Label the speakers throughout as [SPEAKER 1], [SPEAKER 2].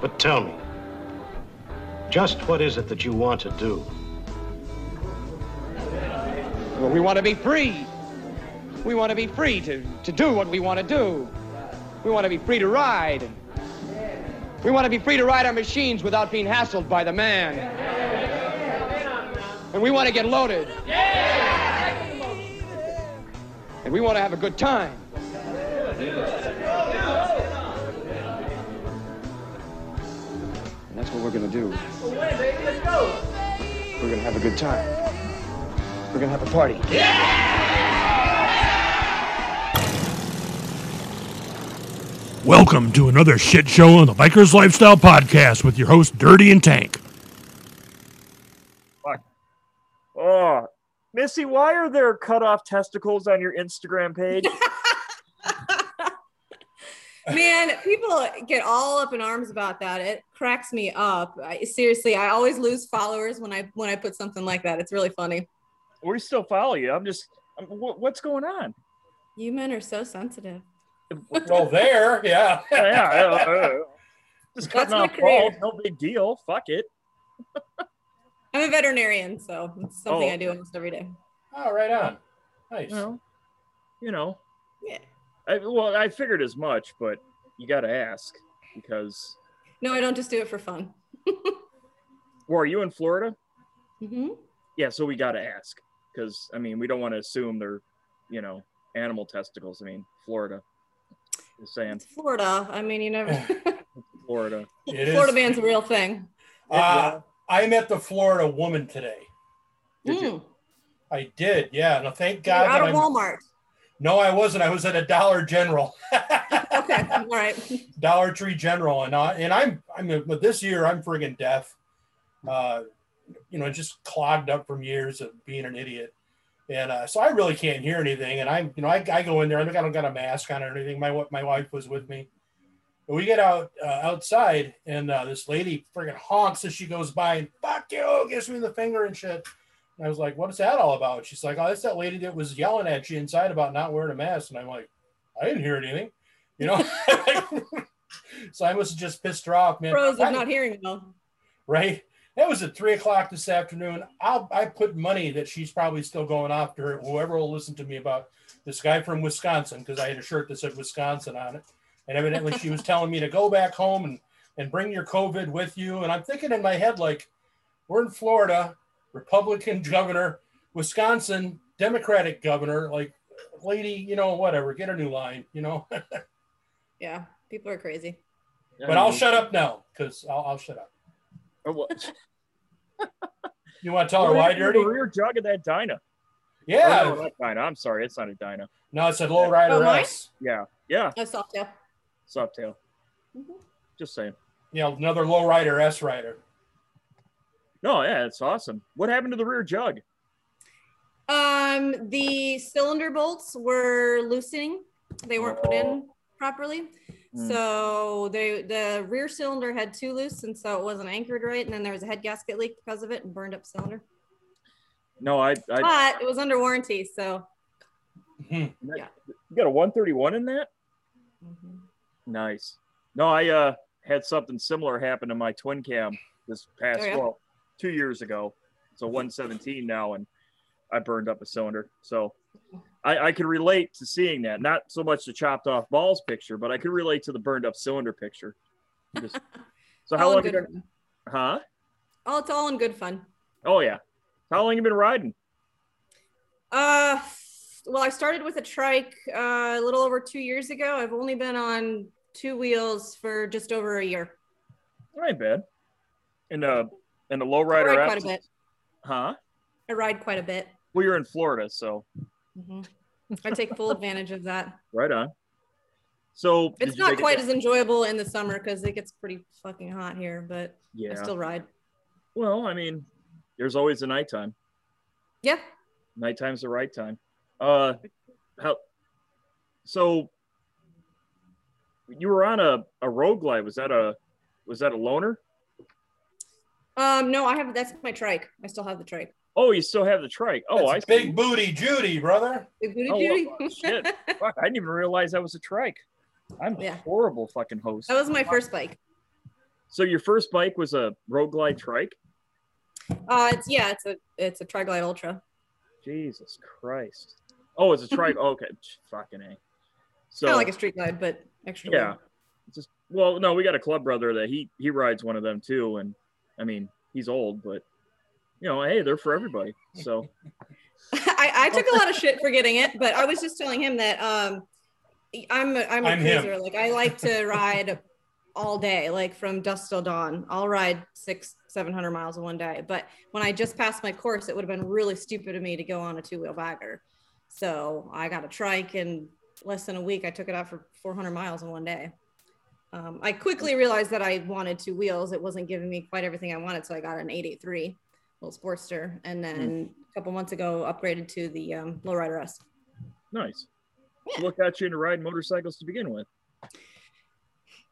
[SPEAKER 1] But tell me, just what is it that you want to do?
[SPEAKER 2] Well, we want to be free. We want to be free to, to do what we want to do. We want to be free to ride. We want to be free to ride our machines without being hassled by the man. And we want to get loaded. And we want to have a good time. And that's what we're going to do. We're going to have a good time. We're going to have a party.
[SPEAKER 3] Welcome to another shit show on the Bikers Lifestyle Podcast with your host Dirty and Tank.
[SPEAKER 4] Oh, Missy, why are there cut off testicles on your Instagram page?
[SPEAKER 5] Man, people get all up in arms about that. It cracks me up. I, seriously, I always lose followers when I when I put something like that. It's really funny.
[SPEAKER 4] we still follow you. I'm just, I'm, wh- what's going on?
[SPEAKER 5] You men are so sensitive.
[SPEAKER 6] Well, Oh, there, yeah.
[SPEAKER 4] Yeah, uh, uh, just
[SPEAKER 5] That's
[SPEAKER 4] cutting
[SPEAKER 5] my
[SPEAKER 4] off balls, no big deal. Fuck it.
[SPEAKER 5] I'm a veterinarian, so it's something
[SPEAKER 4] Oh.
[SPEAKER 5] I do almost every day.
[SPEAKER 6] Oh, right on. Nice.
[SPEAKER 4] Well, you know,
[SPEAKER 5] Yeah.
[SPEAKER 4] I, well, I figured as much, but you got to ask because.
[SPEAKER 5] No, I don't just do it for fun.
[SPEAKER 4] Well, are you in Florida?
[SPEAKER 5] hmm
[SPEAKER 4] Yeah, so we got to ask because I mean, we don't want to assume they're, you know, animal testicles. I mean, Florida. Just saying,
[SPEAKER 5] It's Florida. I mean, you never.
[SPEAKER 4] Florida.
[SPEAKER 6] It is-
[SPEAKER 5] Florida man's a real thing.
[SPEAKER 6] Uh, I met the Florida woman today.
[SPEAKER 4] Did you-
[SPEAKER 5] Mm.
[SPEAKER 6] I did, yeah. No, thank
[SPEAKER 5] You're
[SPEAKER 6] God.
[SPEAKER 5] out
[SPEAKER 6] that
[SPEAKER 5] of
[SPEAKER 6] I'm-
[SPEAKER 5] Walmart.
[SPEAKER 6] No, I wasn't. I was at a Dollar General,
[SPEAKER 5] Okay, all right.
[SPEAKER 6] Dollar Tree General, and I, and I'm I'm but this year I'm friggin' deaf. Uh, you know, just clogged up from years of being an idiot, and uh, so I really can't hear anything. And I'm you know I, I go in there. I don't, I don't got a mask on or anything. My wa- my wife was with me. But we get out uh, outside, and uh, this lady friggin' honks as she goes by and fuck you, gives me the finger and shit. And I was like, "What's that all about?" She's like, "Oh, that's that lady that was yelling at you inside about not wearing a mask." And I'm like, "I didn't hear anything," you know. so I must have just pissed her off, man.
[SPEAKER 5] Pros
[SPEAKER 6] I-
[SPEAKER 5] of not hearing well.
[SPEAKER 6] right? That was at three o'clock this afternoon. I'll, I put money that she's probably still going after her. Whoever will listen to me about this guy from Wisconsin, because I had a shirt that said Wisconsin on it. And evidently she was telling me to go back home and, and bring your COVID with you. And I'm thinking in my head, like, we're in Florida, Republican governor, Wisconsin, Democratic governor, like, lady, you know, whatever, get a new line, you know.
[SPEAKER 5] Yeah, people are crazy.
[SPEAKER 6] But I'll shut up now because I'll, I'll shut up.
[SPEAKER 4] Oh, well,
[SPEAKER 6] You want to tell her Oh, why, Dirty?
[SPEAKER 4] Rear jug of that Dyna.
[SPEAKER 6] Yeah.
[SPEAKER 4] Oh, no, not Dyna. I'm sorry, it's not a Dyna.
[SPEAKER 6] No, it's a low rider
[SPEAKER 5] Oh, mine?
[SPEAKER 6] S.
[SPEAKER 4] Yeah, yeah,
[SPEAKER 5] No soft tail.
[SPEAKER 4] Softail.
[SPEAKER 5] Mhm.
[SPEAKER 4] Just saying.
[SPEAKER 6] You know, another low rider S rider.
[SPEAKER 4] No, yeah, it's awesome. What happened to the rear jug?
[SPEAKER 5] Um, the cylinder bolts were loosening; they weren't put
[SPEAKER 4] Oh.
[SPEAKER 5] in properly,
[SPEAKER 4] Mm.
[SPEAKER 5] so they the rear cylinder had two loose, and so it wasn't anchored right. And then there was a head gasket leak because of it, and burned up cylinder.
[SPEAKER 4] No, I, I
[SPEAKER 5] But it was under warranty, so
[SPEAKER 4] you got a 131 in that. Nice. No, I uh, had something similar happen to my twin cam this past
[SPEAKER 5] Oh, yeah?
[SPEAKER 4] well two years ago. It's a 117 now, and I burned up a cylinder. So I, I can relate to seeing that. Not so much the chopped off balls picture, but I could relate to the burned up cylinder picture. Just- so how
[SPEAKER 5] all
[SPEAKER 4] long?
[SPEAKER 5] in
[SPEAKER 4] You
[SPEAKER 5] good
[SPEAKER 4] been,
[SPEAKER 5] fun.
[SPEAKER 4] huh?
[SPEAKER 5] Oh, it's all in good fun.
[SPEAKER 4] Oh yeah. How long you been riding?
[SPEAKER 5] Uh, well, I started with a trike uh, a little over two years ago. I've only been on two wheels for just over a year.
[SPEAKER 4] I ain't bad. In a in a low
[SPEAKER 5] I
[SPEAKER 4] rider,
[SPEAKER 5] ride quite a bit.
[SPEAKER 4] huh?
[SPEAKER 5] I ride quite a bit.
[SPEAKER 4] Well, you're in Florida, so
[SPEAKER 5] Mhm.
[SPEAKER 4] Mm-hmm.
[SPEAKER 5] I take full advantage of that.
[SPEAKER 4] right on. So did
[SPEAKER 5] It's
[SPEAKER 4] you
[SPEAKER 5] not
[SPEAKER 4] take a-
[SPEAKER 5] quite as enjoyable in the summer because it gets pretty fucking hot here, but
[SPEAKER 4] Yeah.
[SPEAKER 5] I still ride.
[SPEAKER 4] well, I mean, there's always a nighttime.
[SPEAKER 5] Yeah.
[SPEAKER 4] Nighttime's the right time. Uh, how? So you were on a a road glide. Was that a was that a loner?
[SPEAKER 5] Um, no, I have that's my trike. I still have the trike.
[SPEAKER 4] Oh, you still have the trike. Oh,
[SPEAKER 6] That's
[SPEAKER 4] I
[SPEAKER 6] big
[SPEAKER 4] see.
[SPEAKER 6] booty Judy, brother.
[SPEAKER 5] Big booty
[SPEAKER 4] Oh,
[SPEAKER 5] Judy.
[SPEAKER 4] well, shit. Fuck, I didn't even realize that was a trike. I'm a
[SPEAKER 5] Yeah. Oh.
[SPEAKER 4] horrible fucking host.
[SPEAKER 5] that was my first bike.
[SPEAKER 4] So your first bike was a road glide trike?
[SPEAKER 5] Uh, it's yeah, it's a it's a Triglide Ultra.
[SPEAKER 4] Jesus Christ. Oh, it's a trike. okay. Fucking A. So
[SPEAKER 5] Kind of like a street glide, but extra.
[SPEAKER 4] yeah.
[SPEAKER 5] wide.
[SPEAKER 4] Just well, no, we got a club brother that he he rides one of them too, and I mean he's old, but you know, hey, they're for everybody. So
[SPEAKER 5] I, I took a lot of shit for getting it, but I was just telling him that um, I'm a, I'm a
[SPEAKER 6] I'm him.
[SPEAKER 5] cruiser. Like I like to ride all day, like from dusk till dawn. I'll ride six, seven hundred miles in one day. But when I just passed my course, it would have been really stupid of me to go on a two wheel bagger. So I got a trike in less than a week. I took it out for 400 miles in one day. Um, I quickly realized that I wanted two wheels. It wasn't giving me quite everything I wanted, so I got an 883 little Sportster, and then
[SPEAKER 6] Hmm.
[SPEAKER 5] a couple months ago upgraded to the um, Lowrider S.
[SPEAKER 4] nice. So what got you into riding motorcycles to begin with?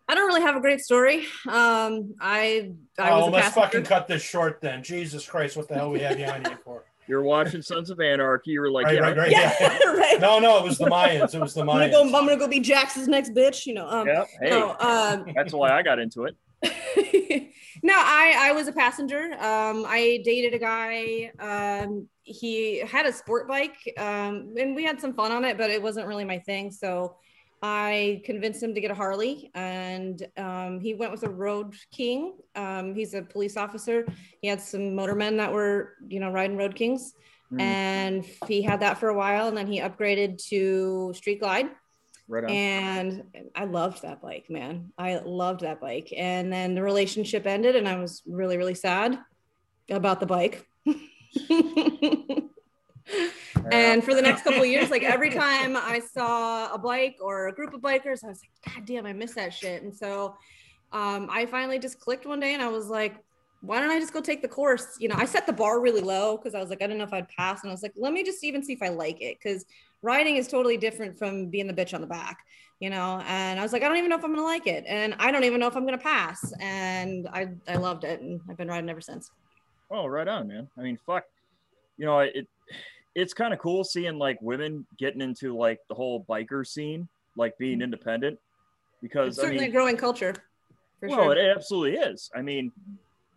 [SPEAKER 5] I don't really have a great story. Um, I I
[SPEAKER 6] Oh,
[SPEAKER 5] was a
[SPEAKER 6] let's
[SPEAKER 5] passenger.
[SPEAKER 6] fucking cut this short then. Jesus Christ, what the hell we have you on here for?
[SPEAKER 4] You're watching Sons of Anarchy. You were like,
[SPEAKER 6] Right,
[SPEAKER 4] yeah,
[SPEAKER 6] right, right.
[SPEAKER 5] yeah,
[SPEAKER 6] yeah.
[SPEAKER 5] right.
[SPEAKER 6] No, no, it was the Mayans. It was the
[SPEAKER 5] I'm gonna go. I'm
[SPEAKER 6] Mayans.
[SPEAKER 5] gonna go be Jax's next bitch. You know. Um,
[SPEAKER 4] yeah, hey,
[SPEAKER 5] No. Um,
[SPEAKER 4] that's why I got into it.
[SPEAKER 5] no, I, I was a passenger. Um, I dated a guy. Um, he had a sport bike, um, and we had some fun on it, but it wasn't really my thing. So I convinced him to get a Harley, and um, he went with a Road King. Um, he's a police officer. He had some motormen that were, you know, riding Road Kings
[SPEAKER 4] Mm,
[SPEAKER 5] and he had that for a while and then he upgraded to street glide
[SPEAKER 4] right on.
[SPEAKER 5] and i loved that bike man i loved that bike and then the relationship ended and i was really really sad about the bike
[SPEAKER 4] Yeah.
[SPEAKER 5] and for the next couple of years like every time i saw a bike or a group of bikers i was like god damn i miss that shit and so um, i finally just clicked one day and i was like why don't i just go take the course you know i set the bar really low because i was like i didn't know if i'd pass and i was like let me just even see if i like it because riding is totally different from being the bitch on the back you know and i was like i don't even know if i'm gonna like it and i don't even know if i'm gonna pass and i i loved it and i've been riding ever since
[SPEAKER 4] Oh, right on, man. I mean, fuck, you know, it it's kind of cool seeing like women getting into like the whole biker scene, like being independent,
[SPEAKER 5] Mm. it's
[SPEAKER 4] because I
[SPEAKER 5] certainly
[SPEAKER 4] mean,
[SPEAKER 5] a growing culture for
[SPEAKER 4] well,
[SPEAKER 5] sure
[SPEAKER 4] it absolutely is. I mean,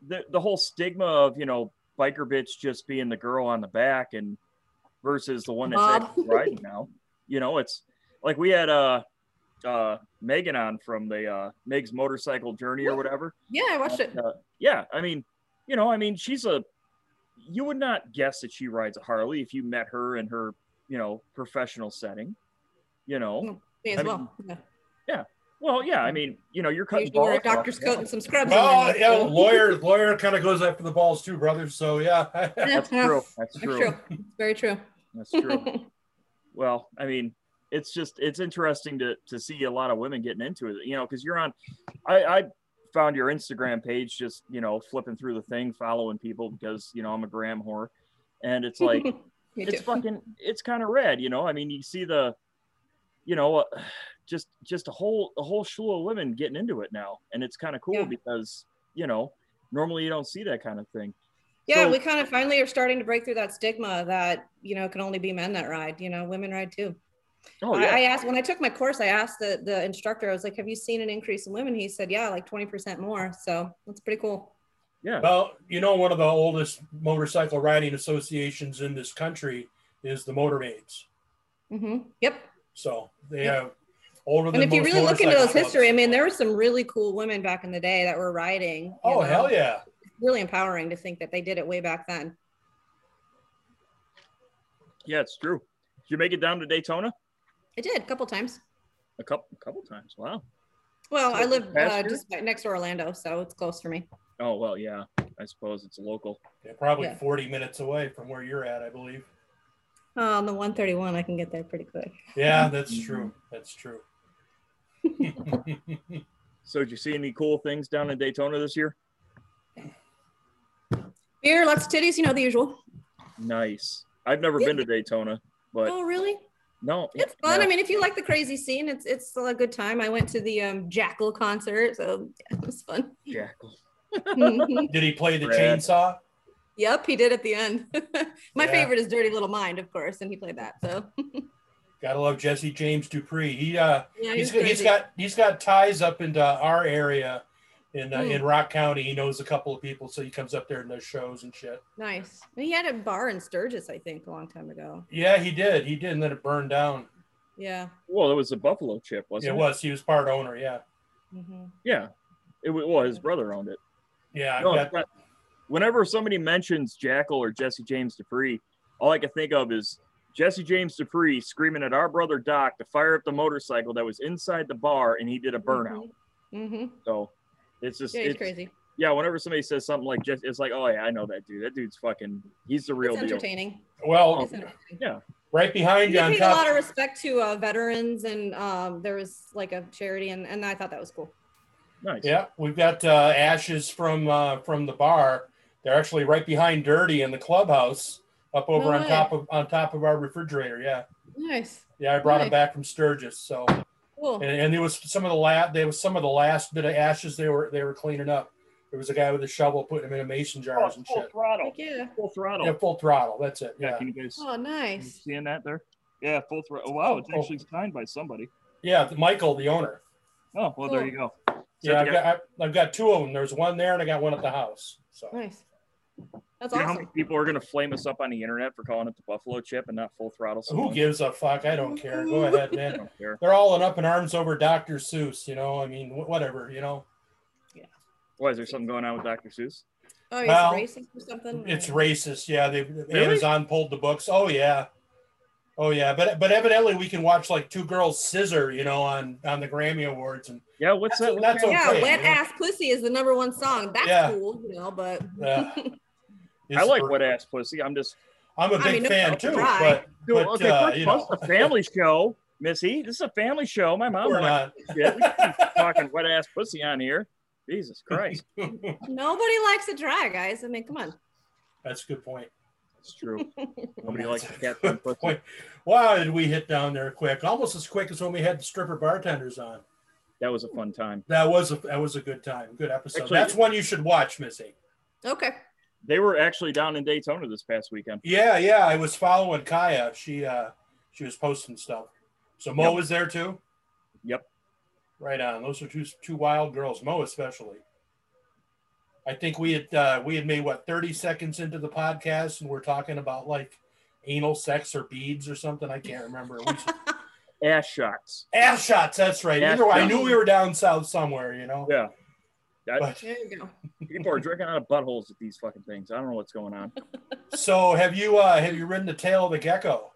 [SPEAKER 4] the the whole stigma of you know biker bitch just being the girl on the back and versus the one that's
[SPEAKER 5] Bob.
[SPEAKER 4] actually riding now. You know, it's like we had uh uh Megan on from the uh Meg's motorcycle journey or whatever.
[SPEAKER 5] yeah i watched it
[SPEAKER 4] And, uh, yeah, I mean, you know, I mean, she's a. You would not guess that she rides a Harley if you met her in her, you know, professional setting. You know,
[SPEAKER 5] me as
[SPEAKER 4] I mean,
[SPEAKER 5] well yeah.
[SPEAKER 4] well, yeah, I mean, you know, you're
[SPEAKER 5] I
[SPEAKER 4] cutting
[SPEAKER 5] used to wear a
[SPEAKER 4] balls off,
[SPEAKER 5] doctor's
[SPEAKER 4] yeah.
[SPEAKER 5] coat and some scrubs. on
[SPEAKER 6] Well,
[SPEAKER 5] my
[SPEAKER 6] Oh, yeah,
[SPEAKER 5] knees.
[SPEAKER 6] lawyer, lawyer kind of goes after the balls too, brother. So yeah,
[SPEAKER 4] That's
[SPEAKER 5] Yeah,
[SPEAKER 4] true. That's
[SPEAKER 5] That's
[SPEAKER 4] true.
[SPEAKER 5] true. It's very true.
[SPEAKER 4] That's true. well, I mean, it's just it's interesting to to see a lot of women getting into it. You know, because you're on. I, I found your Instagram page just you know flipping through the thing, following people because you know I'm a gram whore, and it's like.
[SPEAKER 5] Me
[SPEAKER 4] it's
[SPEAKER 5] too.
[SPEAKER 4] fucking it's kind of rad you know i mean you see the you know uh, just just a whole a whole slew of women getting into it now and it's kind of cool
[SPEAKER 5] Yeah.
[SPEAKER 4] because you know normally you don't see that kind of thing
[SPEAKER 5] Yeah,
[SPEAKER 4] so-
[SPEAKER 5] we kind of finally are starting to break through that stigma that you know it can only be men that ride. You know, women ride too.
[SPEAKER 4] oh
[SPEAKER 5] I-
[SPEAKER 4] yeah
[SPEAKER 5] I asked when I took my course, I asked the the instructor. I was like, "Have you seen an increase in women?" He said, "Yeah, like twenty percent more." So that's pretty cool.
[SPEAKER 4] yeah
[SPEAKER 6] well, you know, one of the oldest motorcycle riding associations in this country is the Motor Maids.
[SPEAKER 5] hmm Yep.
[SPEAKER 6] So they
[SPEAKER 5] Yeah.
[SPEAKER 6] have older than
[SPEAKER 5] And if you
[SPEAKER 6] most
[SPEAKER 5] really look into those
[SPEAKER 6] motorcycle
[SPEAKER 5] history, I
[SPEAKER 6] clubs.
[SPEAKER 5] mean, there were some really cool women back in the day that were riding. you know?
[SPEAKER 6] Oh hell yeah!
[SPEAKER 5] Really empowering to think that they did it way back then.
[SPEAKER 4] yeah it's true did you make it down to daytona
[SPEAKER 5] I did a couple times.
[SPEAKER 4] a couple couple times wow
[SPEAKER 5] Well,
[SPEAKER 4] So
[SPEAKER 5] I
[SPEAKER 4] it's
[SPEAKER 5] live uh,
[SPEAKER 4] faster?
[SPEAKER 5] just by- next to Orlando, so it's close for me.
[SPEAKER 4] oh well yeah i suppose it's local
[SPEAKER 6] They're probably
[SPEAKER 5] Yeah.
[SPEAKER 6] forty minutes away from where you're at, I believe.
[SPEAKER 5] Oh, on the 131, I can get there pretty quick.
[SPEAKER 6] Yeah, that's true. That's true.
[SPEAKER 4] so did you see any cool things down in daytona this year
[SPEAKER 5] Beer, lots of titties, you know the usual.
[SPEAKER 4] nice i've never been to daytona but
[SPEAKER 5] Oh, really?
[SPEAKER 4] no
[SPEAKER 5] It's fun.
[SPEAKER 4] yeah.
[SPEAKER 5] I mean, if you like the crazy scene, it's it's still a good time. I went to the um, Jackal concert, so yeah, it was fun.
[SPEAKER 4] Jackal.
[SPEAKER 5] Mhm.
[SPEAKER 6] Did he play the
[SPEAKER 4] Brad.
[SPEAKER 6] chainsaw?
[SPEAKER 5] yep, he did at the end. My
[SPEAKER 6] Yeah.
[SPEAKER 5] favorite is Dirty Little Mind, of course, and he played that. So
[SPEAKER 6] Gotta love Jesse James Dupree. He uh,
[SPEAKER 5] yeah, he
[SPEAKER 6] he's
[SPEAKER 5] was
[SPEAKER 6] he's
[SPEAKER 5] crazy.
[SPEAKER 6] got he's got ties up into our area in uh,
[SPEAKER 5] Hmm.
[SPEAKER 6] in Rock County. He knows a couple of people, so he comes up there and does shows and shit.
[SPEAKER 5] Nice. He had a bar in Sturgis, I think, a long time ago.
[SPEAKER 6] Yeah, he did. He did, and then it burned down.
[SPEAKER 5] Yeah.
[SPEAKER 4] Well, it was a Buffalo chip, wasn't
[SPEAKER 6] it
[SPEAKER 4] it?
[SPEAKER 6] was. He was part owner. Yeah,
[SPEAKER 5] hmm
[SPEAKER 4] Yeah. It was, well, his brother owned it.
[SPEAKER 6] yeah.
[SPEAKER 4] No,
[SPEAKER 6] that-
[SPEAKER 4] but whenever somebody mentions Jackal or Jesse James DeFree, all I can think of is Jesse James DeFree screaming at our brother Doc to fire up the motorcycle that was inside the bar, and he did a burnout.
[SPEAKER 5] hmm
[SPEAKER 4] So it's just
[SPEAKER 5] Yeah, he's
[SPEAKER 4] it's-
[SPEAKER 5] crazy.
[SPEAKER 4] Yeah, whenever somebody says something like Jesse, it's like, oh yeah, I know that dude. That dude's fucking. He's the real
[SPEAKER 5] It's
[SPEAKER 4] deal.
[SPEAKER 5] entertaining.
[SPEAKER 6] well,
[SPEAKER 5] It's entertaining.
[SPEAKER 6] right behind
[SPEAKER 5] He
[SPEAKER 6] you on
[SPEAKER 5] paid a lot
[SPEAKER 6] top.
[SPEAKER 5] of respect to uh, veterans, and um, there was like a charity, and, and I thought that was cool.
[SPEAKER 4] Nice.
[SPEAKER 6] Yeah, we've got uh, ashes from uh, from the bar. They're actually right behind Dirty in the clubhouse, up over
[SPEAKER 5] No
[SPEAKER 6] on
[SPEAKER 5] way.
[SPEAKER 6] top of on top of our refrigerator. Yeah,
[SPEAKER 5] Nice.
[SPEAKER 6] yeah. I brought them
[SPEAKER 5] Nice.
[SPEAKER 6] back from Sturgis. So,
[SPEAKER 5] Cool.
[SPEAKER 6] and, and it was some of the last. There was some of the last bit of ashes they were they were cleaning up. There was a guy with a shovel putting them in mason
[SPEAKER 4] Oh,
[SPEAKER 6] jars and
[SPEAKER 4] full
[SPEAKER 6] shit.
[SPEAKER 4] throttle.
[SPEAKER 5] Heck yeah.
[SPEAKER 4] Full throttle.
[SPEAKER 6] Yeah, full throttle. That's it.
[SPEAKER 4] Yeah.
[SPEAKER 6] Yeah,
[SPEAKER 4] Can you guys
[SPEAKER 5] Oh,
[SPEAKER 4] you
[SPEAKER 5] nice.
[SPEAKER 4] seeing that there? Yeah, full throttle. Oh, wow, it's
[SPEAKER 6] Oh.
[SPEAKER 4] actually signed by somebody.
[SPEAKER 6] yeah. Michael, the owner.
[SPEAKER 4] Oh well, there you go. So
[SPEAKER 6] Yeah, I've
[SPEAKER 4] you
[SPEAKER 6] got, I've, I've got two of them. There's one there, and I got one at the house. So
[SPEAKER 5] Nice. That's
[SPEAKER 4] You know how many
[SPEAKER 5] awesome.
[SPEAKER 4] people are going to flame us up on the internet for calling it the Buffalo Chip and not full throttle?
[SPEAKER 6] who
[SPEAKER 4] someone?
[SPEAKER 6] gives a fuck? I don't care. Go ahead, man.
[SPEAKER 4] I don't care.
[SPEAKER 6] they're all in up in arms over Dr. Seuss, you know. I mean, wh- whatever, you know.
[SPEAKER 4] Why is there something going on with Dr. Seuss?
[SPEAKER 5] Oh, he's
[SPEAKER 6] Well,
[SPEAKER 5] racist or something?
[SPEAKER 6] It's
[SPEAKER 5] Or-
[SPEAKER 6] racist, yeah. They Amazon pulled the books. Oh yeah, oh yeah. But but evidently we can watch like two girls scissor, you know, on on the Grammy Awards, and
[SPEAKER 4] Yeah, what's
[SPEAKER 6] That's-
[SPEAKER 4] that?
[SPEAKER 6] that's
[SPEAKER 4] What's
[SPEAKER 5] yeah,
[SPEAKER 6] okay,
[SPEAKER 5] Wet
[SPEAKER 6] you know?
[SPEAKER 5] Ass Pussy is the number one song. That's
[SPEAKER 6] Yeah.
[SPEAKER 5] cool, you know, but
[SPEAKER 6] uh,
[SPEAKER 4] that? I like wet ass pussy. I'm just
[SPEAKER 6] I'm a
[SPEAKER 5] I
[SPEAKER 6] big
[SPEAKER 5] mean,
[SPEAKER 6] fan
[SPEAKER 5] it's
[SPEAKER 6] too,
[SPEAKER 5] dry.
[SPEAKER 6] but
[SPEAKER 4] Dude,
[SPEAKER 6] But,
[SPEAKER 4] okay,
[SPEAKER 6] uh,
[SPEAKER 4] first
[SPEAKER 6] you
[SPEAKER 4] of all, it's a family show, Missy. This is a family show. My mom
[SPEAKER 6] we're
[SPEAKER 4] watches
[SPEAKER 6] not.
[SPEAKER 4] shit. We can't be talking wet ass pussy on here. Jesus Christ,
[SPEAKER 5] nobody likes it dry, guys. I mean, come on.
[SPEAKER 6] That's a good point.
[SPEAKER 4] that's true. Nobody likes
[SPEAKER 6] That's
[SPEAKER 4] to
[SPEAKER 6] a
[SPEAKER 4] catch
[SPEAKER 6] good
[SPEAKER 4] pussy.
[SPEAKER 6] point. Wow, did we hit down there quick? Almost as quick as when we had the stripper bartenders on.
[SPEAKER 4] That was a fun time.
[SPEAKER 6] That was a that was a good time, good episode.
[SPEAKER 4] Actually-
[SPEAKER 6] That's one you should watch, Missy.
[SPEAKER 5] Okay.
[SPEAKER 4] They were actually down in Daytona this past weekend.
[SPEAKER 6] Yeah, yeah. I was following Kaya. She uh she was posting stuff. So Mo
[SPEAKER 4] Yep.
[SPEAKER 6] was there too?
[SPEAKER 4] Yep.
[SPEAKER 6] Right on. Those are two two wild girls, Mo especially. I think we had uh we had made what 30 seconds into the podcast and we're talking about like anal sex or beads or something. I can't remember. We
[SPEAKER 4] Ass shots.
[SPEAKER 6] ass shots, that's right.
[SPEAKER 4] Ass
[SPEAKER 6] Either way, I
[SPEAKER 4] shots.
[SPEAKER 6] knew we were down south somewhere, you know.
[SPEAKER 4] Yeah. That-
[SPEAKER 6] But
[SPEAKER 5] There you go.
[SPEAKER 4] people are drinking out of buttholes at these fucking things. I don't know what's going on.
[SPEAKER 6] so have you uh have you ridden the tail of the gecko?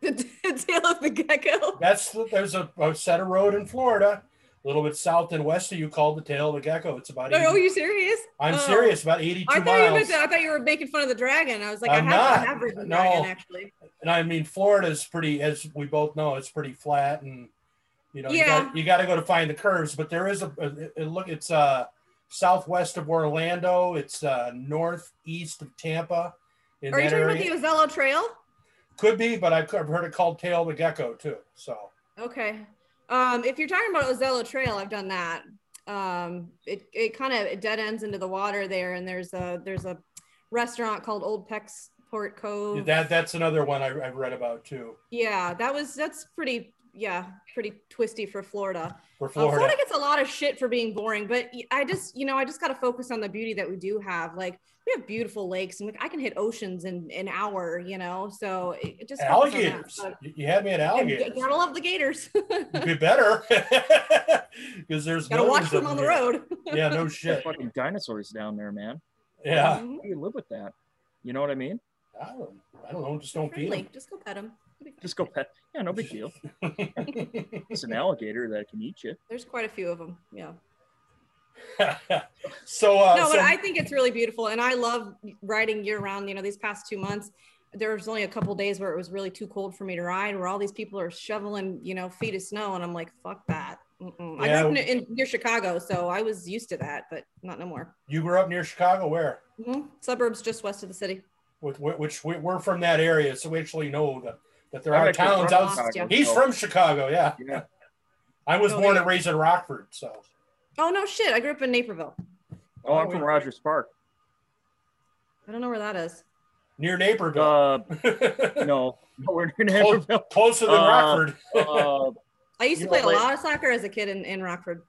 [SPEAKER 5] The tail of the gecko.
[SPEAKER 6] That's there's a, a set of road in Florida, a little bit south and west of you, called the Tail of the Gecko. It's about. 80,
[SPEAKER 5] Are you serious?
[SPEAKER 6] I'm
[SPEAKER 5] Oh.
[SPEAKER 6] serious. About 82
[SPEAKER 5] I thought, you meant
[SPEAKER 6] miles,
[SPEAKER 5] to, I thought you were making fun of the dragon. I was like, i
[SPEAKER 6] I'm
[SPEAKER 5] have,
[SPEAKER 6] not.
[SPEAKER 5] I have ridden
[SPEAKER 6] No.
[SPEAKER 5] dragon actually.
[SPEAKER 6] and I mean Florida's pretty, as we both know, it's pretty flat, and you know,
[SPEAKER 5] Yeah.
[SPEAKER 6] you got you to go to find the curves. But there is a, a, a look. It's uh southwest of Orlando. It's uh northeast of Tampa. In
[SPEAKER 5] Are you
[SPEAKER 6] that
[SPEAKER 5] talking
[SPEAKER 6] area.
[SPEAKER 5] about the Ozello Trail?
[SPEAKER 6] Could be, but I've, I've heard it called Tail of the Gecko too. So
[SPEAKER 5] Okay. Um, if you're talking about Ozello Trail, I've done that. Um, it it kind of it dead ends into the water there, and there's a there's a restaurant called Old Pecksport Cove.
[SPEAKER 6] that that's another one I, I've read about too
[SPEAKER 5] yeah, that was that's pretty yeah pretty twisty for Florida.
[SPEAKER 6] for
[SPEAKER 5] Uh, Florida.
[SPEAKER 6] Florida.
[SPEAKER 5] gets a lot of shit for being boring, but y- I just, you know, I just got to focus on the beauty that we do have. Like, we have beautiful lakes, and like, I can hit oceans in an hour, you know. So it it just focus on that.
[SPEAKER 6] alligators. You- You had me at
[SPEAKER 5] But- and
[SPEAKER 6] alligators.
[SPEAKER 5] gotta love the gators.
[SPEAKER 6] It'd be better because there's
[SPEAKER 5] gotta
[SPEAKER 6] millions
[SPEAKER 5] watch
[SPEAKER 6] of
[SPEAKER 5] them on the
[SPEAKER 6] here.
[SPEAKER 5] road.
[SPEAKER 6] Yeah, no
[SPEAKER 4] There's
[SPEAKER 6] shit.
[SPEAKER 4] fucking dinosaurs down there, man.
[SPEAKER 6] Yeah,
[SPEAKER 5] Mhm.
[SPEAKER 4] How do you live with that? You know what I mean?
[SPEAKER 5] Mm-hmm.
[SPEAKER 6] I don't, I don't know. Just don't feed
[SPEAKER 5] Friendly.
[SPEAKER 6] them.
[SPEAKER 5] Just go pet them.
[SPEAKER 4] Just go pet. Yeah, no big deal. It's an alligator that can eat you.
[SPEAKER 5] There's quite a few of them. Yeah.
[SPEAKER 6] so, uh,
[SPEAKER 5] no,
[SPEAKER 6] so
[SPEAKER 5] but I think it's really beautiful, and I love riding year round. You know, these past two months, there was only a couple days where it was really too cold for me to ride, where all these people are shoveling, you know, feet of snow, and I'm like, fuck that. Mm-mm. I
[SPEAKER 6] Yeah.
[SPEAKER 5] grew up in, in near Chicago, so I was used to that, but not no more.
[SPEAKER 6] you grew up near Chicago, where?
[SPEAKER 5] Mhm. Suburbs just west of the city.
[SPEAKER 6] With, wh- which we, we're from that area, so we actually know that, that there
[SPEAKER 4] I'm
[SPEAKER 6] are
[SPEAKER 4] actually
[SPEAKER 6] towns
[SPEAKER 4] from
[SPEAKER 6] outside.
[SPEAKER 5] Chicago,
[SPEAKER 6] He's
[SPEAKER 4] so-
[SPEAKER 6] from Chicago, yeah.
[SPEAKER 4] Yeah.
[SPEAKER 6] I was
[SPEAKER 5] Oh,
[SPEAKER 6] born
[SPEAKER 5] yeah.
[SPEAKER 6] and raised in Rockford, so
[SPEAKER 5] Oh no, shit! I grew up in Naperville.
[SPEAKER 4] Oh, I'm from Rogers Park.
[SPEAKER 5] I don't know where that is.
[SPEAKER 6] near Naperville.
[SPEAKER 4] Uh, no, nowhere near
[SPEAKER 6] Close-
[SPEAKER 4] Naperville.
[SPEAKER 6] Closer than
[SPEAKER 4] uh,
[SPEAKER 6] Rockford.
[SPEAKER 4] Uh,
[SPEAKER 5] I used to
[SPEAKER 4] You
[SPEAKER 5] play a
[SPEAKER 4] know, like-
[SPEAKER 5] lot of soccer as a kid in, in Rockford.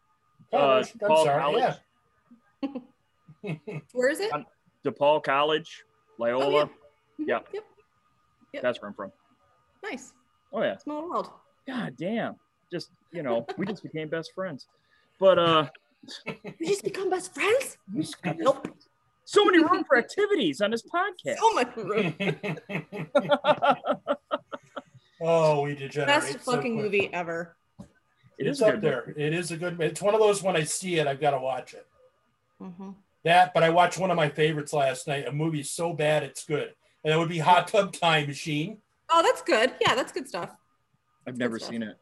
[SPEAKER 4] uh,
[SPEAKER 6] Oh, I'm
[SPEAKER 4] DePaul
[SPEAKER 6] sorry,
[SPEAKER 4] College,
[SPEAKER 6] yeah.
[SPEAKER 5] Where is it?
[SPEAKER 4] I'm- DePaul College, Loyola.
[SPEAKER 5] Oh, yeah.
[SPEAKER 4] Yeah.
[SPEAKER 5] Mhm. Yep. Yep.
[SPEAKER 4] That's where I'm from.
[SPEAKER 5] Nice.
[SPEAKER 4] Oh yeah.
[SPEAKER 5] Small world.
[SPEAKER 4] God damn. Just you know, we just became best friends. But uh,
[SPEAKER 5] You just become best friends? Nope.
[SPEAKER 4] so many room for activities on this podcast.
[SPEAKER 5] So much room.
[SPEAKER 6] oh, we degenerate.
[SPEAKER 5] Best
[SPEAKER 6] so
[SPEAKER 5] fucking
[SPEAKER 6] quick.
[SPEAKER 5] movie ever.
[SPEAKER 4] it
[SPEAKER 6] it's
[SPEAKER 4] is a
[SPEAKER 6] up
[SPEAKER 4] good.
[SPEAKER 6] there. It is a good. It's one of those when I see it, I've got to watch it.
[SPEAKER 5] hmm
[SPEAKER 6] That, but I watched one of my favorites last night. A movie so bad it's good, and that would be Hot Tub Time Machine.
[SPEAKER 5] Oh, that's good. Yeah, that's good stuff.
[SPEAKER 4] I've never seen it.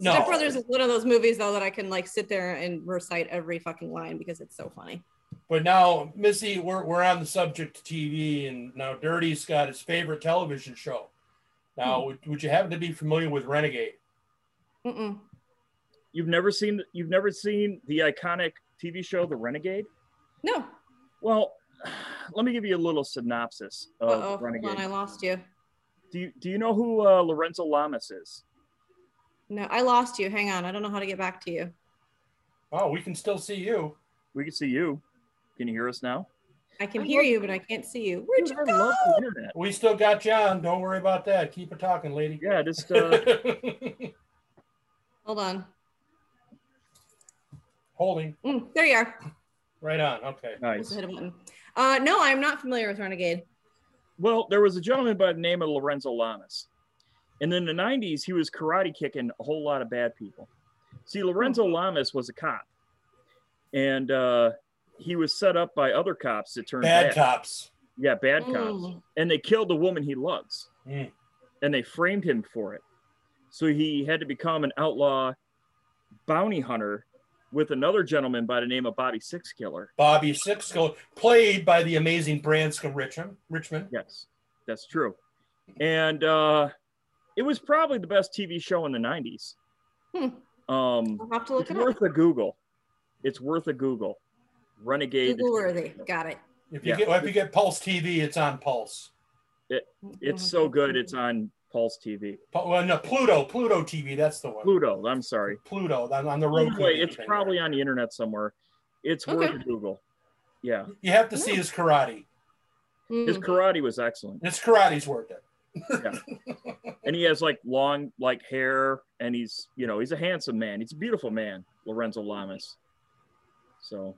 [SPEAKER 6] No,
[SPEAKER 5] Step Brothers is one of those movies though that I can like sit there and recite every fucking line because it's so funny.
[SPEAKER 6] But now, Missy, we're, we're on the subject of TV, and now Dirty's got his favorite television show.
[SPEAKER 5] Hmm.
[SPEAKER 6] Now, would, would you happen to be familiar with Renegade?
[SPEAKER 5] Mm-mm.
[SPEAKER 4] You've never seen. You've never seen the iconic TV show The Renegade.
[SPEAKER 5] No.
[SPEAKER 4] Well, let me give you a little synopsis of
[SPEAKER 5] Uh oh. Hold
[SPEAKER 4] Renegade.
[SPEAKER 5] on, I lost you.
[SPEAKER 4] do you do you know who uh, Lorenzo Lamas is?
[SPEAKER 5] No, I lost you. Hang on. I don't know how to get back to you.
[SPEAKER 6] Oh, we can still see you.
[SPEAKER 4] We can see you. Can you hear us now?
[SPEAKER 5] I can
[SPEAKER 4] I
[SPEAKER 5] hear
[SPEAKER 4] love-
[SPEAKER 5] you, but I can't see you. Where'd
[SPEAKER 4] Dude,
[SPEAKER 5] you
[SPEAKER 4] I
[SPEAKER 5] go?
[SPEAKER 4] love the internet.
[SPEAKER 6] We still got John. Don't worry about that. Keep it talking, lady.
[SPEAKER 4] Yeah, just uh,
[SPEAKER 5] Hold on.
[SPEAKER 6] Holding.
[SPEAKER 5] Mm, there you are.
[SPEAKER 6] Right on. Okay.
[SPEAKER 5] Just
[SPEAKER 4] nice.
[SPEAKER 5] hit a button. Uh, no, I'm not familiar with Renegade.
[SPEAKER 4] Well, there was a gentleman by the name of Lorenzo Lamas. And in the 90s, he was karate kicking a whole lot of bad people. See, Lorenzo Lamas was a cop. And uh, he was set up by other cops that turned bad.
[SPEAKER 6] Bad cops.
[SPEAKER 4] Yeah, bad cops.
[SPEAKER 5] Mm.
[SPEAKER 4] And they killed the woman he loves.
[SPEAKER 6] Mm.
[SPEAKER 4] And they framed him for it. So he had to become an outlaw bounty hunter with another gentleman by the name of Bobby Six Killer.
[SPEAKER 6] Bobby Sixco, played by the amazing Branscombe Richmond. Richmond.
[SPEAKER 4] Yes, that's true. And uh, it was probably the best TV show in the 90s. Um,
[SPEAKER 5] I'll have to Hmm. look
[SPEAKER 4] it's
[SPEAKER 5] it up.
[SPEAKER 4] worth a Google. It's worth a Google. Renegade.
[SPEAKER 5] Google worthy. Got it.
[SPEAKER 6] If you
[SPEAKER 4] Yeah.
[SPEAKER 6] get if you get Pulse TV, it's on Pulse.
[SPEAKER 5] Oh,
[SPEAKER 4] It's
[SPEAKER 5] Mm-hmm.
[SPEAKER 4] so good. It's on Pulse TV.
[SPEAKER 6] Pu- Well, no, Pluto. Pluto TV. That's the one.
[SPEAKER 4] Pluto. I'm sorry.
[SPEAKER 6] Pluto on, on the road.
[SPEAKER 4] Anyway, it's probably on the internet somewhere. It's worth
[SPEAKER 5] Okay.
[SPEAKER 4] a Google. Yeah,
[SPEAKER 6] You have to see his karate.
[SPEAKER 5] Mm.
[SPEAKER 4] his karate was excellent,
[SPEAKER 6] His karate's worth it.
[SPEAKER 4] and he has like long like hair, and he's you know he's a handsome man. He's a beautiful man, Lorenzo Lamas. So,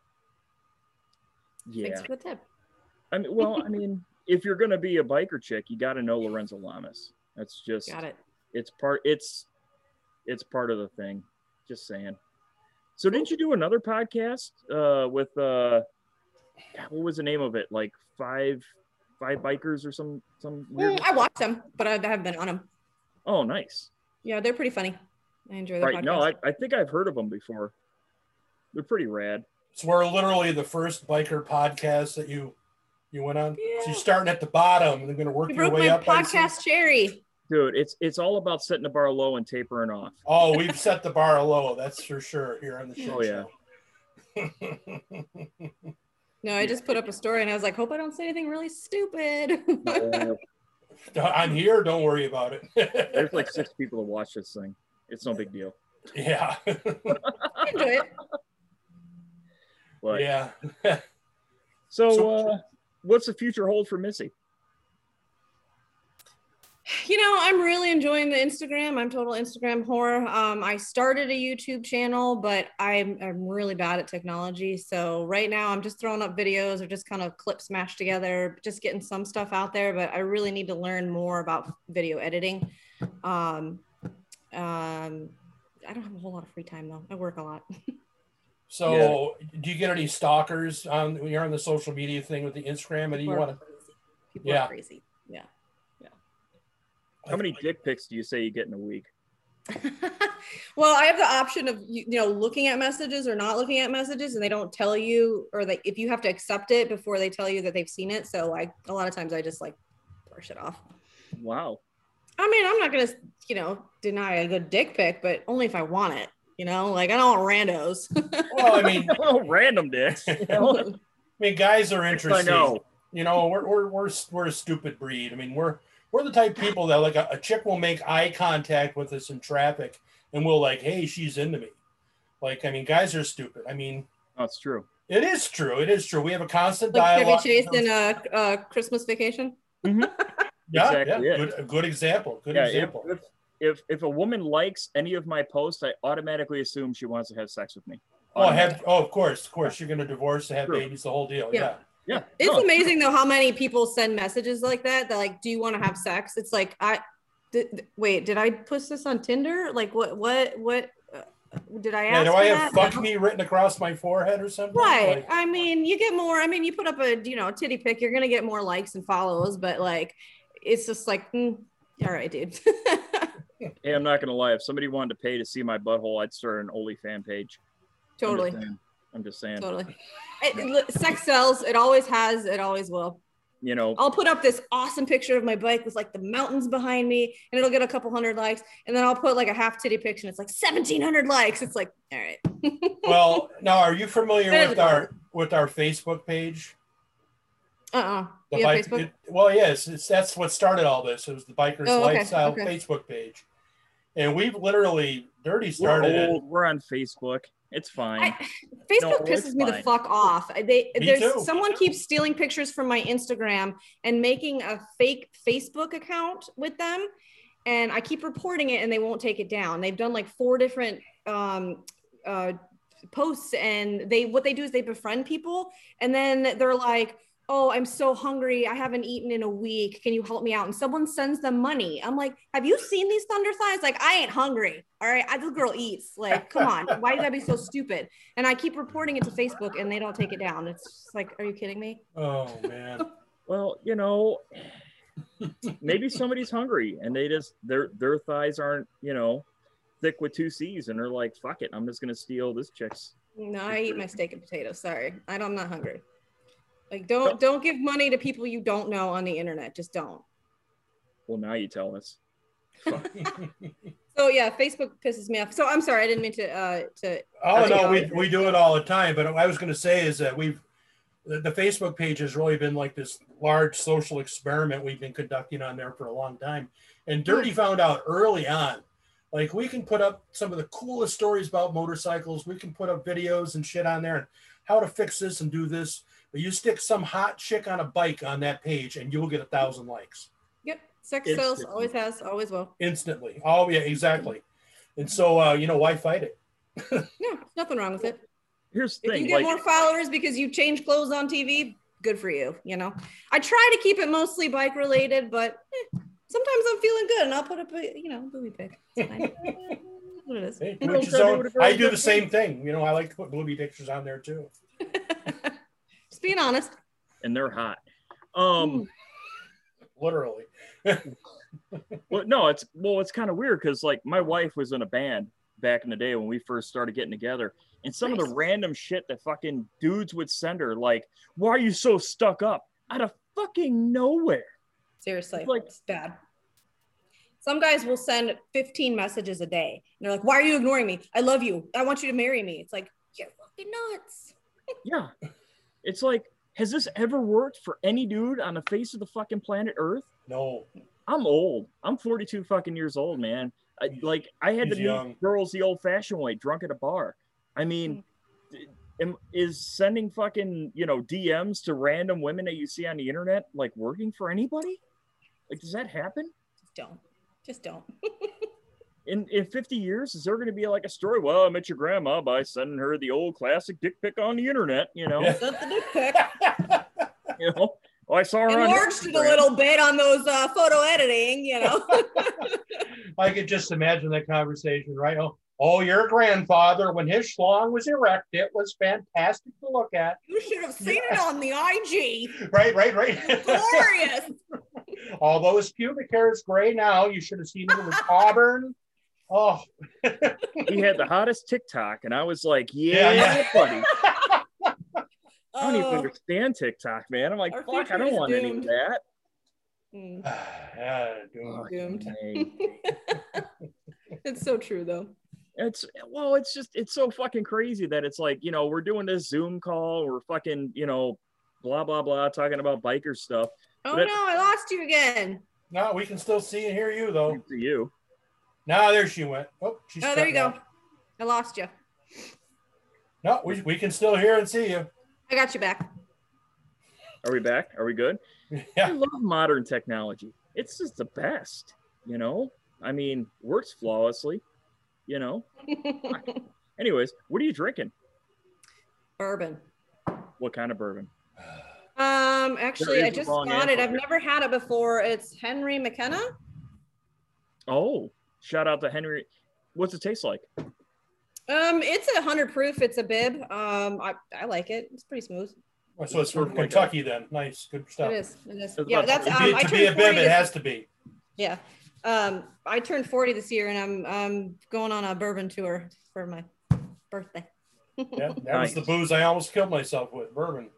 [SPEAKER 4] yeah.
[SPEAKER 5] Thanks for the tip.
[SPEAKER 4] I mean, well, I mean, if you're gonna be a biker chick, you got to know Lorenzo Lamas. That's just
[SPEAKER 5] Got it.
[SPEAKER 4] it's part it's it's part of the thing. Just saying. So didn't you do another podcast uh, with uh, God, what was the name of it? Like five five bikers or some some weird.
[SPEAKER 5] Mm, I watch them, but I haven't been on them.
[SPEAKER 4] Oh, nice.
[SPEAKER 5] Yeah, they're pretty funny. I enjoy their
[SPEAKER 4] Right?
[SPEAKER 5] podcast.
[SPEAKER 4] No, I, I think I've heard of them before. They're pretty rad.
[SPEAKER 6] So we're literally the first biker podcast that you you went on.
[SPEAKER 5] Yeah.
[SPEAKER 6] So you're starting at the bottom and then going to work
[SPEAKER 5] you
[SPEAKER 6] your
[SPEAKER 5] broke
[SPEAKER 6] way
[SPEAKER 5] my
[SPEAKER 6] up. I see.
[SPEAKER 5] podcast cherry.
[SPEAKER 4] Dude, it's it's all about setting the bar low and tapering off.
[SPEAKER 6] Oh, we've set the bar low. That's for sure here on the show.
[SPEAKER 4] Oh, yeah.
[SPEAKER 5] No, I just put up a story and I was like, hope I don't say anything really stupid.
[SPEAKER 6] I'm here. Don't worry about
[SPEAKER 4] Uh, There's
[SPEAKER 6] it.
[SPEAKER 4] like six people that watch this thing. It's no big deal.
[SPEAKER 6] yeah.
[SPEAKER 5] I enjoy it.
[SPEAKER 4] But
[SPEAKER 6] Yeah.
[SPEAKER 4] so,
[SPEAKER 6] So-
[SPEAKER 4] uh, what's the future hold for Missy?
[SPEAKER 5] You know, I'm really enjoying the Instagram. I'm total Instagram whore. Um, I started a YouTube channel, but I'm, I'm really bad at technology. So right now I'm just throwing up videos or just kind of clips mashed together, just getting some stuff out there. But I really need to learn more about video editing. Um, um, I don't have a whole lot of free time though. I work a lot.
[SPEAKER 6] So, do you get any stalkers on when you're on the social media thing with the Instagram? And you
[SPEAKER 5] People are
[SPEAKER 6] want to?
[SPEAKER 5] crazy. People
[SPEAKER 6] Yeah.
[SPEAKER 5] are crazy. Yeah.
[SPEAKER 4] How many dick pics do you say you get in a week?
[SPEAKER 5] well, I have the option of you you know looking at messages or not looking at messages, and they don't tell you, or like if you have to accept it before they tell you that they've seen it. So like a lot of times I just like brush it off.
[SPEAKER 4] Wow.
[SPEAKER 5] I mean, I'm not gonna you know deny a good dick pic, but only if I want it. You know, like I don't want randos.
[SPEAKER 6] Well, I mean, I
[SPEAKER 4] Oh, random dicks. I
[SPEAKER 6] mean, guys are interesting.
[SPEAKER 4] know.
[SPEAKER 6] you know we're we're we're, we're a stupid breed i mean we're we're the type of people that like a, a chick will make eye contact with us in traffic and we'll like hey she's into me Like, I mean, guys are stupid. I mean,
[SPEAKER 4] That's true.
[SPEAKER 6] it is true. It is true. We have a constant
[SPEAKER 5] Like Chevy
[SPEAKER 6] dialogue.
[SPEAKER 5] Chase uh, in a, a Christmas vacation.
[SPEAKER 6] yeah,
[SPEAKER 4] Exactly
[SPEAKER 6] yeah.
[SPEAKER 4] it.
[SPEAKER 6] Good, a good example. Good
[SPEAKER 4] Yeah, if,
[SPEAKER 6] example.
[SPEAKER 4] if if if a woman likes any of my posts, I automatically assume she wants to have sex with me.
[SPEAKER 6] oh, have, oh, of course, of course, you're going to divorce and have
[SPEAKER 4] True.
[SPEAKER 6] babies, the whole deal.
[SPEAKER 5] Yeah.
[SPEAKER 6] yeah.
[SPEAKER 4] yeah.
[SPEAKER 5] It's
[SPEAKER 4] no,
[SPEAKER 5] amazing though how many people send messages like that. That like, do you want to have sex? It's like I, d- d- wait, did I post this on Tinder? Like what what what uh, did I
[SPEAKER 6] Yeah,
[SPEAKER 5] ask?
[SPEAKER 6] do
[SPEAKER 5] for
[SPEAKER 6] I have
[SPEAKER 5] that?
[SPEAKER 6] fuck me written across my forehead or something?
[SPEAKER 5] Right.
[SPEAKER 6] Like,
[SPEAKER 5] I mean, you get more. I mean, you put up a you know titty pic, you're gonna get more likes and follows. But like, it's just like, mm, all right, dude.
[SPEAKER 4] Hey, I'm not gonna lie. If somebody wanted to pay to see my butthole, I'd start an OnlyFan page. I'm just
[SPEAKER 5] totally,
[SPEAKER 4] saying. I'm just saying.
[SPEAKER 5] totally. It, look, sex sells. It always has. It always will.
[SPEAKER 4] You know,
[SPEAKER 5] I'll put up this awesome picture of my bike with like the mountains behind me, and it'll get a couple hundred likes. And then I'll put like a half titty picture, and it's like 1,700 likes. It's like, all right.
[SPEAKER 6] well, now are you familiar
[SPEAKER 5] There
[SPEAKER 6] with
[SPEAKER 5] you go.
[SPEAKER 6] our with our Facebook page?
[SPEAKER 5] Uh uh
[SPEAKER 6] The
[SPEAKER 5] Yeah,
[SPEAKER 6] bike-
[SPEAKER 5] Facebook.
[SPEAKER 6] it- well, yes, it's, that's what started all this. It was the Bikers
[SPEAKER 5] Oh, okay,
[SPEAKER 6] Lifestyle
[SPEAKER 5] okay.
[SPEAKER 6] Facebook page, and we've literally dirty
[SPEAKER 4] we're
[SPEAKER 6] started it.
[SPEAKER 4] old. We're on Facebook. It's fine.
[SPEAKER 5] I-
[SPEAKER 4] No,
[SPEAKER 5] Facebook
[SPEAKER 4] it's
[SPEAKER 5] pisses me the
[SPEAKER 4] fine.
[SPEAKER 5] fuck off. They
[SPEAKER 6] Me
[SPEAKER 5] there's
[SPEAKER 6] too.
[SPEAKER 5] someone keeps stealing pictures from my Instagram and making a fake Facebook account with them, and I keep reporting it, and they won't take it down. They've done like four different um, uh, posts, and they what they do is they befriend people, and then they're like. Oh, I'm so hungry. I haven't eaten in a week. Can you help me out? And someone sends them money. I'm like, have you seen these thunder thighs? Like, I ain't hungry. All right. I, this girl eats. Like, come on. Why you gotta be so stupid? And I keep reporting it to Facebook and they don't take it down. It's just like, are you kidding me?
[SPEAKER 6] Oh man,
[SPEAKER 4] Well, you know, maybe somebody's hungry and they just their their thighs aren't you know thick with two C's and they're like, fuck it, I'm just gonna steal this chick's.
[SPEAKER 5] No, I eat my steak and potatoes. Sorry. I don't, I'm not hungry. Like don't don't give money to people you don't know on the internet. Just don't.
[SPEAKER 4] Well, now you tell us.
[SPEAKER 5] So yeah, Facebook pisses me off. So I'm sorry, I didn't mean to uh to
[SPEAKER 6] oh
[SPEAKER 5] There you
[SPEAKER 6] no,
[SPEAKER 5] go.
[SPEAKER 6] we we do it all the time. But what I was going to say is that we've the, the Facebook page has really been like this large social experiment we've been conducting on there for a long time. And Dirty found out early on, like we can put up some of the coolest stories about motorcycles. We can put up videos and shit on there and how to fix this and do this. But you stick some hot chick on a bike on that page and you will get a thousand likes
[SPEAKER 5] yep, sex
[SPEAKER 4] It's-
[SPEAKER 5] sells always has, always will.
[SPEAKER 6] instantly. Oh yeah, exactly. And so uh, you know why fight it?
[SPEAKER 5] No, nothing wrong with it.
[SPEAKER 4] Here's the
[SPEAKER 5] If
[SPEAKER 4] thing,
[SPEAKER 5] you get
[SPEAKER 4] like
[SPEAKER 5] more followers because you change clothes on TV, good for you. You know, I try to keep it mostly bike related, but eh, sometimes I'm feeling good and I'll put up a you know booby pic. It's fine. That's what it is.
[SPEAKER 6] Hey, do it your
[SPEAKER 4] Somebody
[SPEAKER 6] own.
[SPEAKER 4] would've already
[SPEAKER 6] I do
[SPEAKER 4] done
[SPEAKER 6] the same thing. You know, I like to put booby pictures on there too.
[SPEAKER 5] Just being honest.
[SPEAKER 4] and they're hot. Um,
[SPEAKER 6] Literally.
[SPEAKER 4] well, no, it's well, it's kind of weird because like my wife was in a band back in the day when we first started getting together, and some of the
[SPEAKER 5] Nice.
[SPEAKER 4] random shit that fucking dudes would send her, like, "Why are you so stuck up?" out of fucking nowhere.
[SPEAKER 5] Seriously,
[SPEAKER 4] It's like-
[SPEAKER 5] it's bad. Some guys will send 15 messages a day, and they're like, "Why are you ignoring me? I love you. I want you to marry me." It's like you're fucking nuts.
[SPEAKER 4] Yeah, it's like, has this ever worked for any dude on the face of the fucking planet Earth?
[SPEAKER 6] No.
[SPEAKER 4] I'm old. I'm 42 fucking years old, man. I, like I had
[SPEAKER 6] He's
[SPEAKER 4] to
[SPEAKER 6] young.
[SPEAKER 4] meet girls the old-fashioned way, drunk at a bar. I mean,
[SPEAKER 5] Mm.
[SPEAKER 4] d- am, is sending fucking you know DMs to random women that you see on the internet like working for anybody? Like, does that happen?
[SPEAKER 5] Just don't. Just don't.
[SPEAKER 4] In in 50 years, is there going to be like a story? Well, I met your grandma by sending her the old classic dick pic on the internet. You know,
[SPEAKER 6] Yeah.
[SPEAKER 5] Sent the dick pic.
[SPEAKER 4] you know. Oh, I saw her on
[SPEAKER 5] Enlarged it a
[SPEAKER 4] Instagram.
[SPEAKER 5] little bit on those uh, photo editing, you know.
[SPEAKER 6] I could just imagine that conversation, right? Oh, oh, your grandfather, when his schlong was erect, it was fantastic to look at.
[SPEAKER 5] You should have seen it on the IG.
[SPEAKER 6] Right, right,
[SPEAKER 5] It's
[SPEAKER 6] right.
[SPEAKER 5] glorious.
[SPEAKER 6] Although his pubic hair is gray now, you should have seen it was auburn. Oh,
[SPEAKER 4] he had the hottest TikTok, and I was like,
[SPEAKER 6] Yeah,
[SPEAKER 4] yeah,
[SPEAKER 6] yeah.
[SPEAKER 4] buddy. I don't even
[SPEAKER 5] Oh,
[SPEAKER 4] understand TikTok, man. I'm like,
[SPEAKER 5] Our
[SPEAKER 4] fuck,
[SPEAKER 5] future
[SPEAKER 4] I don't
[SPEAKER 5] is
[SPEAKER 4] want any of
[SPEAKER 5] doomed.
[SPEAKER 4] that.
[SPEAKER 5] mm,
[SPEAKER 6] Ah, dude.
[SPEAKER 5] doomed.
[SPEAKER 4] Hey,
[SPEAKER 5] It's so true, though.
[SPEAKER 4] It's well, it's just it's so fucking crazy that it's like, you know, we're doing this Zoom call, we're fucking, you know, blah blah blah, talking about biker stuff.
[SPEAKER 5] Oh
[SPEAKER 4] But-
[SPEAKER 5] no, I lost you again.
[SPEAKER 6] no, we can still see and hear you though.
[SPEAKER 4] To you.
[SPEAKER 6] Now there she went. Oh, she's
[SPEAKER 5] Oh, there you
[SPEAKER 6] cutting
[SPEAKER 5] go.
[SPEAKER 6] out.
[SPEAKER 5] I lost you.
[SPEAKER 6] No, we, we can still hear and see you.
[SPEAKER 5] I got you back.
[SPEAKER 4] Are we back? Are we good? I
[SPEAKER 6] Yeah.
[SPEAKER 4] love modern technology. It's just the best, you know? I mean, works flawlessly, you know? Anyways, what are you drinking?
[SPEAKER 5] Bourbon.
[SPEAKER 4] What kind of bourbon?
[SPEAKER 5] Um, actually, I
[SPEAKER 4] is a
[SPEAKER 5] just
[SPEAKER 4] wrong
[SPEAKER 5] got it.
[SPEAKER 4] answer
[SPEAKER 5] I've
[SPEAKER 4] here.
[SPEAKER 5] never had it before. It's Henry McKenna.
[SPEAKER 4] Oh, shout out to Henry. What's it taste like?
[SPEAKER 5] Um, it's a hundred proof. It's a bib. Um, I, I like it. It's pretty smooth.
[SPEAKER 6] So it's from
[SPEAKER 4] Certainly good.
[SPEAKER 6] Kentucky then. Nice. Good stuff.
[SPEAKER 5] It is. It is.
[SPEAKER 4] It's
[SPEAKER 5] Yeah,
[SPEAKER 4] about
[SPEAKER 5] that's.
[SPEAKER 6] To
[SPEAKER 5] Um,
[SPEAKER 6] be,
[SPEAKER 5] I
[SPEAKER 6] to be a
[SPEAKER 5] turned
[SPEAKER 6] bib,
[SPEAKER 5] forty.
[SPEAKER 6] it
[SPEAKER 5] This,
[SPEAKER 6] has to be.
[SPEAKER 5] yeah. Um, I turned forty this year, and I'm um going on a bourbon tour for my birthday.
[SPEAKER 6] Yeah, that
[SPEAKER 4] Nice.
[SPEAKER 6] was the booze I almost killed myself with bourbon.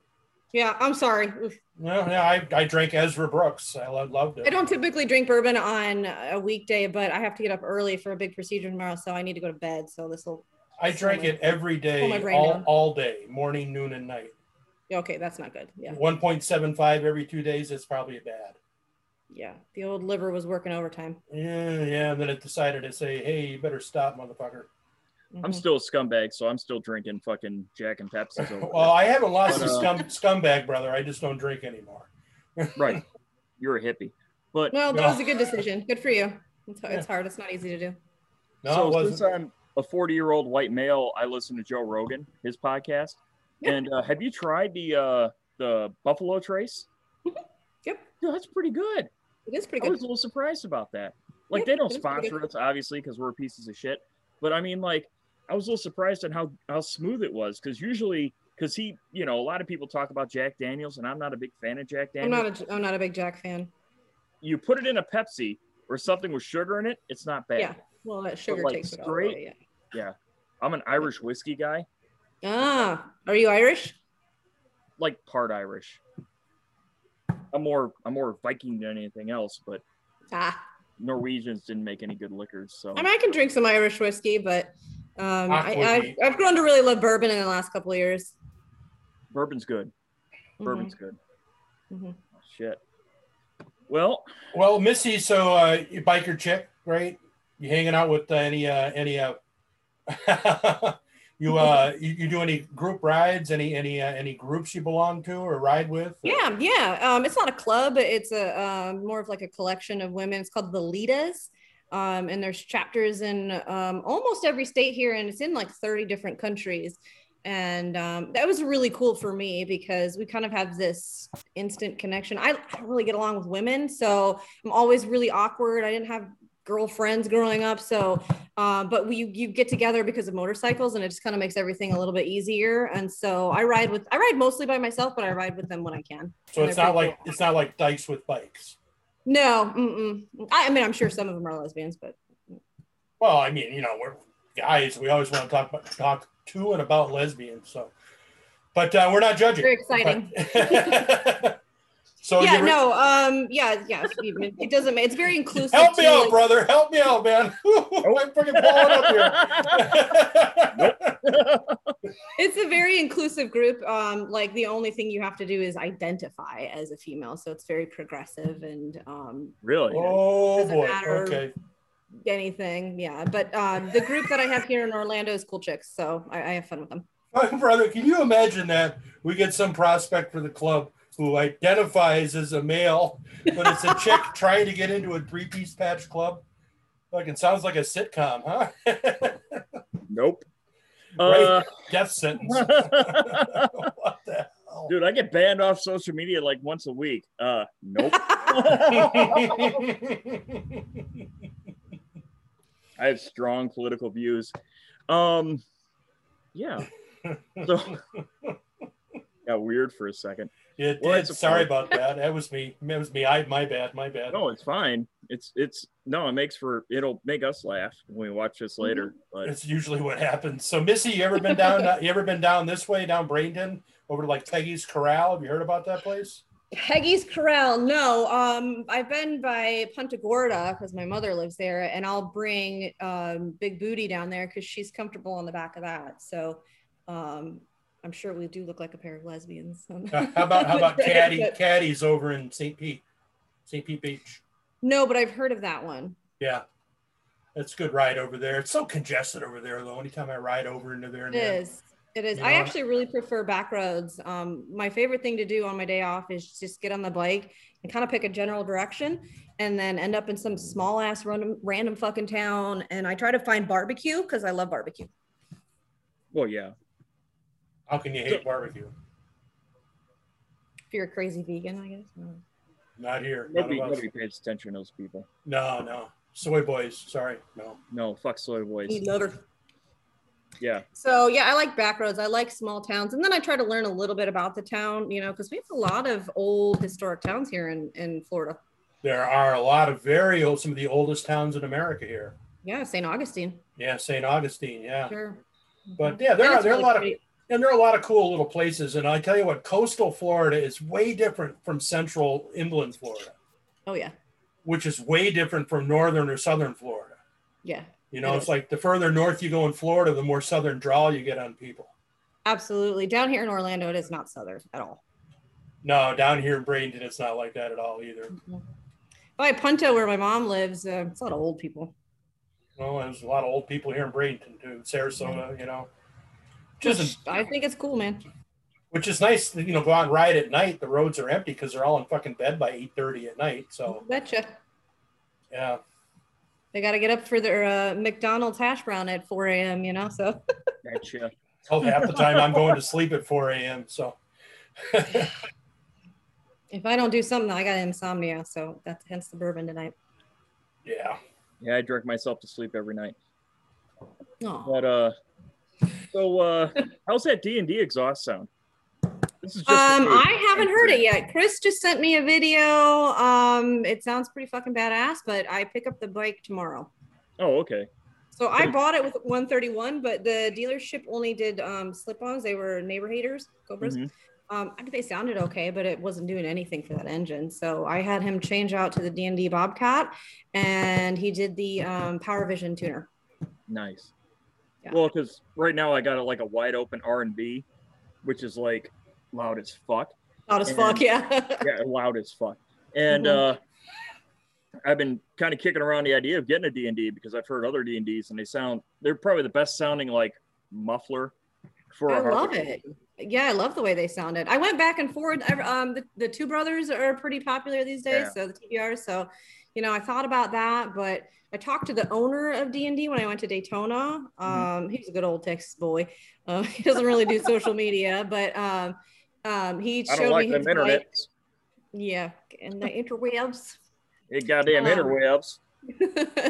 [SPEAKER 5] Yeah, I'm sorry. Oof.
[SPEAKER 6] No, yeah, I, I drank Ezra Brooks. I lo- loved
[SPEAKER 5] I
[SPEAKER 6] it.
[SPEAKER 5] don't typically drink bourbon on a weekday, but I have to get up early for a big procedure tomorrow, so I need to go to bed. So this will.
[SPEAKER 6] I drank it every
[SPEAKER 5] Pull my
[SPEAKER 6] day,
[SPEAKER 5] brain
[SPEAKER 6] all,
[SPEAKER 5] down.
[SPEAKER 6] all day, morning, noon, and night.
[SPEAKER 5] Yeah, okay, that's not good. Yeah,
[SPEAKER 6] 1.75 every two days is probably bad.
[SPEAKER 5] yeah. The old liver was working overtime.
[SPEAKER 6] Yeah, yeah. And then it decided to say, hey, you better stop, motherfucker.
[SPEAKER 4] I'm
[SPEAKER 5] Mhm.
[SPEAKER 4] still a scumbag, so I'm still drinking fucking Jack and Pepsi.
[SPEAKER 6] well, I haven't lost
[SPEAKER 4] But, uh,
[SPEAKER 6] the scum, scumbag, brother. I just don't drink anymore.
[SPEAKER 4] right. You're a hippie. But
[SPEAKER 5] Well, that
[SPEAKER 6] No.
[SPEAKER 5] was a good decision. Good for you. It's,
[SPEAKER 6] Yeah.
[SPEAKER 5] it's hard. It's not easy to do.
[SPEAKER 6] No, it
[SPEAKER 4] so
[SPEAKER 6] wasn't.
[SPEAKER 4] since I'm a 40 year old white male, I listen to Joe Rogan, his podcast. And uh, have you tried the uh, the Buffalo Trace?
[SPEAKER 5] Yep.
[SPEAKER 4] Dude, that's pretty good.
[SPEAKER 5] It is pretty
[SPEAKER 4] I was a
[SPEAKER 5] good.
[SPEAKER 4] little surprised about that. Like
[SPEAKER 5] Yep,
[SPEAKER 4] they don't
[SPEAKER 5] it is pretty
[SPEAKER 4] sponsor us, obviously, because we're pieces of shit. But I mean, like, I was a little surprised at how how smooth it was, because usually, because he, you know, a lot of people talk about Jack Daniels, and I'm not a big fan of Jack
[SPEAKER 5] I'm
[SPEAKER 4] Daniels.
[SPEAKER 5] not a I'm not a big Jack fan.
[SPEAKER 4] you put it in a Pepsi or something with sugar in it, it's not bad.
[SPEAKER 5] Yeah. Well, that sugar
[SPEAKER 4] like,
[SPEAKER 5] takes it all
[SPEAKER 4] straight-
[SPEAKER 5] away, yeah.
[SPEAKER 4] I'm an Irish whiskey guy,
[SPEAKER 5] Ah, are you Irish?
[SPEAKER 4] like part Irish. I'm more I'm more Viking than anything else, but
[SPEAKER 5] Ah,
[SPEAKER 4] Norwegians didn't make any good liquors, so
[SPEAKER 5] I mean, I can drink some Irish whiskey, but um, I,
[SPEAKER 6] Aquavit.
[SPEAKER 5] I've, I've grown to really love bourbon in the last couple of years.
[SPEAKER 4] bourbon's good.
[SPEAKER 5] Mhm.
[SPEAKER 4] Bourbon's good. Oh,
[SPEAKER 5] Mhm.
[SPEAKER 4] Shit. Well,
[SPEAKER 6] Well, Missy, so uh, you biker chick, right? You hanging out with any uh, any uh, you uh you, you do any group rides? Any any uh, any groups you belong to or ride with?
[SPEAKER 5] Yeah, yeah. Um, it's not a club. It's a um, more of like a collection of women. It's called the Litas. Um, and there's chapters in um, almost every state here, and it's in like 30 different countries. And um, that was really cool for me because we kind of have this instant connection. I, I don't really get along with women, so I'm always really awkward. I didn't have girlfriends growing up, so um, but we you get together because of motorcycles, and it just kind of makes everything a little bit easier. And so I ride with I ride mostly by myself, but I ride with them when I can.
[SPEAKER 6] So
[SPEAKER 5] And
[SPEAKER 6] it's
[SPEAKER 5] they're
[SPEAKER 6] not
[SPEAKER 5] pretty
[SPEAKER 6] like it's not like dykes with bikes.
[SPEAKER 5] cool. no. Mm-mm. I, I mean, I'm sure some of them are lesbians, but
[SPEAKER 6] Well, I mean, you know, we're guys. We always want to talk about, talk to and about lesbians. So, but uh, we're not judging.
[SPEAKER 5] very exciting.
[SPEAKER 6] But- so
[SPEAKER 5] yeah,
[SPEAKER 6] you're-
[SPEAKER 5] no, um, yeah, yeah. It it doesn't. ma- It's very inclusive.
[SPEAKER 6] Help me
[SPEAKER 5] too,
[SPEAKER 6] out,
[SPEAKER 5] like-
[SPEAKER 6] brother. Help me out, man. I'm freaking blowing up here.
[SPEAKER 5] It's a very inclusive group. Um, like the only thing you have to do is identify as a female, so it's very progressive and um,
[SPEAKER 4] really,
[SPEAKER 6] oh
[SPEAKER 5] Doesn't
[SPEAKER 6] boy.
[SPEAKER 5] matter.
[SPEAKER 6] Okay.
[SPEAKER 5] anything. Yeah, but uh, the group that I have here in Orlando is cool chicks, so I, I have fun with them.
[SPEAKER 6] My brother, can you imagine that we get some prospect for the club who identifies as a male, but it's a chick trying to get into a three-piece patch club? Fucking sounds like a sitcom, huh?
[SPEAKER 4] nope. Uh,
[SPEAKER 6] Death sentence. what the hell?
[SPEAKER 4] dude, I get banned off social media like once a week. Uh, nope. I have strong political views. Um, yeah. So got weird for a second.
[SPEAKER 6] it
[SPEAKER 4] Well,
[SPEAKER 6] did.
[SPEAKER 4] it's a
[SPEAKER 6] Sorry
[SPEAKER 4] point.
[SPEAKER 6] about that. That was me. That was me. I my bad. My bad.
[SPEAKER 4] No, it's fine. It's it's no, it makes for it'll make us laugh when we watch this later. But
[SPEAKER 6] That's usually what happens. So, Missy, you ever been down? you ever been down this way, down Bradenton, over to like Peggy's Corral? Have you heard about that place?
[SPEAKER 5] Peggy's Corral. No, um, I've been by Punta Gorda because my mother lives there, and I'll bring um, Big Booty down there because she's comfortable on the back of that. So um, I'm sure we do look like a pair of lesbians.
[SPEAKER 6] Uh, how about how about Caddy?
[SPEAKER 5] But-
[SPEAKER 6] Caddy's over in St. Pete, St. Pete Beach.
[SPEAKER 5] No, but I've heard of that one.
[SPEAKER 6] Yeah, It's a good ride over there. It's so congested over there though. Anytime I ride over into there,
[SPEAKER 5] It
[SPEAKER 6] man,
[SPEAKER 5] is. It is.
[SPEAKER 6] You
[SPEAKER 5] I
[SPEAKER 6] know?
[SPEAKER 5] actually really prefer back roads. Um, my favorite thing to do on my day off is just get on the bike and kind of pick a general direction and then end up in some small ass random, random fucking town. And I try to find barbecue because I love barbecue.
[SPEAKER 4] Well, yeah.
[SPEAKER 6] how can you hate barbecue?
[SPEAKER 5] If you're a crazy vegan, I guess. No.
[SPEAKER 6] Mm-hmm. Not here. None
[SPEAKER 4] Nobody,
[SPEAKER 6] of us.
[SPEAKER 4] nobody pays attention to those people.
[SPEAKER 6] No, no. Soy boys. Sorry. No.
[SPEAKER 4] No, fuck soy boys.
[SPEAKER 5] Need loader.
[SPEAKER 4] Yeah.
[SPEAKER 5] So yeah, I like back roads. I like small towns, and then I try to learn a little bit about the town, you know, because we have a lot of old historic towns here in in Florida.
[SPEAKER 6] There are a lot of very old, some of the oldest towns in America here.
[SPEAKER 5] Yeah, St. Augustine.
[SPEAKER 6] Yeah, St. Augustine. Yeah.
[SPEAKER 5] Sure.
[SPEAKER 6] But yeah, there
[SPEAKER 5] And
[SPEAKER 6] are
[SPEAKER 5] it's
[SPEAKER 6] there are a
[SPEAKER 5] really
[SPEAKER 6] lot of
[SPEAKER 5] pretty.
[SPEAKER 6] and there are a lot of cool little places. And I tell you what, coastal Florida is way different from central inland Florida,
[SPEAKER 5] Oh yeah,
[SPEAKER 6] which is way different from northern or southern Florida.
[SPEAKER 5] yeah,
[SPEAKER 6] You know,
[SPEAKER 5] It
[SPEAKER 6] it's
[SPEAKER 5] is.
[SPEAKER 6] like the further north you go in Florida, the more southern drawl you get on people.
[SPEAKER 5] absolutely. Down here in Orlando, it is not southern at all.
[SPEAKER 6] No, down here in Bradenton, it's not like that at all either.
[SPEAKER 5] By Punta, where my mom lives, uh, it's a lot of old people.
[SPEAKER 6] Well, there's a lot of old people here in Bradenton too, Sarasota, you know. Just
[SPEAKER 5] I think it's cool, man.
[SPEAKER 6] which is nice, to, you know, go out and ride at night. The roads are empty because they're all in fucking bed by eight thirty at night. So
[SPEAKER 5] Betcha.
[SPEAKER 6] yeah,
[SPEAKER 5] They got to get up for their uh, McDonald's hash brown at 4 a.m. You know, so
[SPEAKER 4] Gotcha.
[SPEAKER 6] oh, half the time I'm going to sleep at four a.m. So
[SPEAKER 5] if I don't do something, I got insomnia. So that's hence the bourbon tonight.
[SPEAKER 6] yeah,
[SPEAKER 4] Yeah, I drink myself to sleep every night.
[SPEAKER 5] No.
[SPEAKER 4] But uh, so uh, how's that D and D exhaust sound? This is
[SPEAKER 5] Um,
[SPEAKER 4] a few.
[SPEAKER 5] I haven't heard it yet. Chris just sent me a video. Um, it sounds pretty fucking badass, but I pick up the bike tomorrow.
[SPEAKER 4] Oh, okay.
[SPEAKER 5] So I bought it with 131, but the dealership only did um, slip-ons. They were neighbor haters, Cobras.
[SPEAKER 4] Mhm.
[SPEAKER 5] Um, I think they sounded okay, but it wasn't doing anything for that engine. So I had him change out to the D&D Bobcat, and he did the um, Power Vision tuner.
[SPEAKER 4] Nice.
[SPEAKER 5] Yeah.
[SPEAKER 4] Well, because right now I got a, like a wide open R and B, which is like loud as fuck.
[SPEAKER 5] Not as
[SPEAKER 4] And-
[SPEAKER 5] fuck, yeah.
[SPEAKER 4] Yeah, loud as fuck. And
[SPEAKER 5] Mhm.
[SPEAKER 4] uh, I've been kind of kicking around the idea of getting a D and D because I've heard other D and Ds and they sound they're probably the best sounding like muffler for a
[SPEAKER 5] I
[SPEAKER 4] Harley.
[SPEAKER 5] love it. Yeah, I love the way they sounded. I went back and forward. I- Um, the, the two brothers are pretty popular these days,
[SPEAKER 4] Yeah.
[SPEAKER 5] so the TBRs. So, you know, I thought about that, but I talked to the owner of D and D when I went to Daytona.
[SPEAKER 4] Mm-hmm.
[SPEAKER 5] Um, he's a good old Texas boy. Uh, he doesn't really do social media, but um, um, he
[SPEAKER 4] I
[SPEAKER 5] showed
[SPEAKER 4] don't like
[SPEAKER 5] me
[SPEAKER 4] them
[SPEAKER 5] his
[SPEAKER 4] internet.
[SPEAKER 5] bike. Yeah, and the interwebs.
[SPEAKER 4] It eh, goddamn
[SPEAKER 5] Um,
[SPEAKER 4] interwebs.